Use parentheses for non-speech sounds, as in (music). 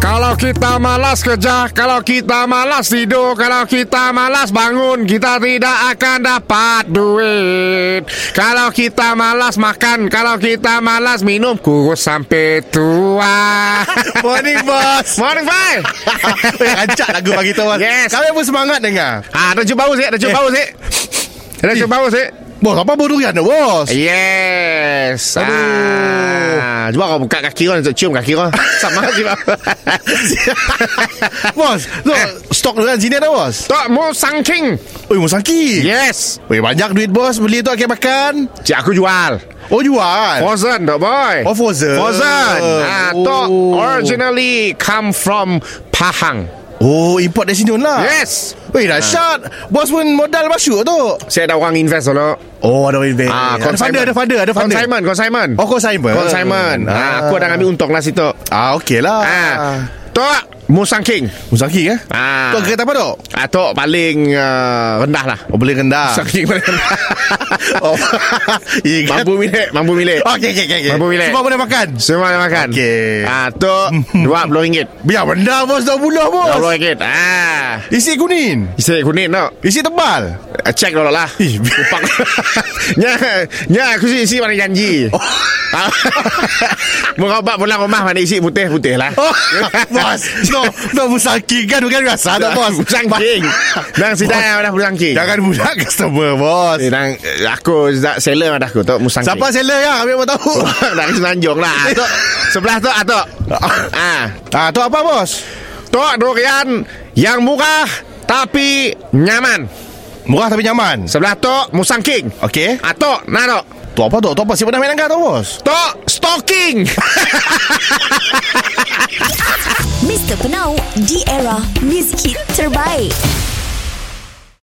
Kalau kita malas kerja, kalau kita malas tidur, kalau kita malas bangun, kita tidak akan dapat duit. Kalau kita malas makan, kalau kita malas minum, kurus sampai tua. (laughs) Morning bos Morning, Fai. (laughs) Eh, Rancak lagu pagi tu bos Yes. Kami pun semangat dengar Ah, dah cuba bau sik, dah cuba bau sik. Dah cuba bau sik. Bos apa bau durian tu bos Yes. Aduh. Ah, cuba kau buka kaki kau untuk cium kaki kau. Sama cuba. Bos tu, Stok durian sini ada bos Tok Mu Sang King. Oi musangki Yes. Oi banyak duit bos Beli tu akhir makan Cik aku jual. Oh jual Frozen tak boy Oh, frozen. Frozen ah, Oh. Tok originally come from Pahang Oh import dari sini lah Yes Oi dahsyat Bos pun modal masuk tu Saya ada orang invest dulu Ah, Oh ada invest Ada funder Ada funder Ada funder Consignment Consignment Oh consignment Consignment ah. Aku ada ambil untung lah situ Ah okey lah ah. Tok Musang King Musangki eh Ah. Tu kereta apa tu ah, Tok paling uh, rendah lah Oh boleh rendah Musang King paling rendah (laughs) (laughs) Oh (laughs) Ingat Mampu milik Mampu milik Okey okey okey okey. Mampu milik. Semua boleh makan Semua nak makan Okey. ah, (laughs) Tok RM20 Biar rendah bos Dah puluh bos RM20 ah. Isi kuning Isi kuning tak Isi tebal Uh, Check dulu lah Ih, Kupang (laughs) Nya Nya aku si isi mana janji (laughs) oh. Mengobak pulang rumah Mana isi putih-putih lah Oh, (laughs) bos No No musaki kan Bukan biasa Ya. tak (laughs) bos Sangking Nang sidang yang dah sangking Jangan budak customer bos Nang eh, Aku tak seller ada aku Tok musang Siapa (laughs) seller yang Ambil mau tahu Nak ke Senanjung lah Ah, Tok Sebelah tu (laughs) Atok Ah, Ah tu apa bos Tok durian Yang murah Tapi Nyaman Murah tapi nyaman Sebelah Tok Musang King Okey Atok Nak Tok Tu apa tu Tu apa Siapa dah main angkat tu bos Tok Stalking Mr. Penau, di era music hit terbaik.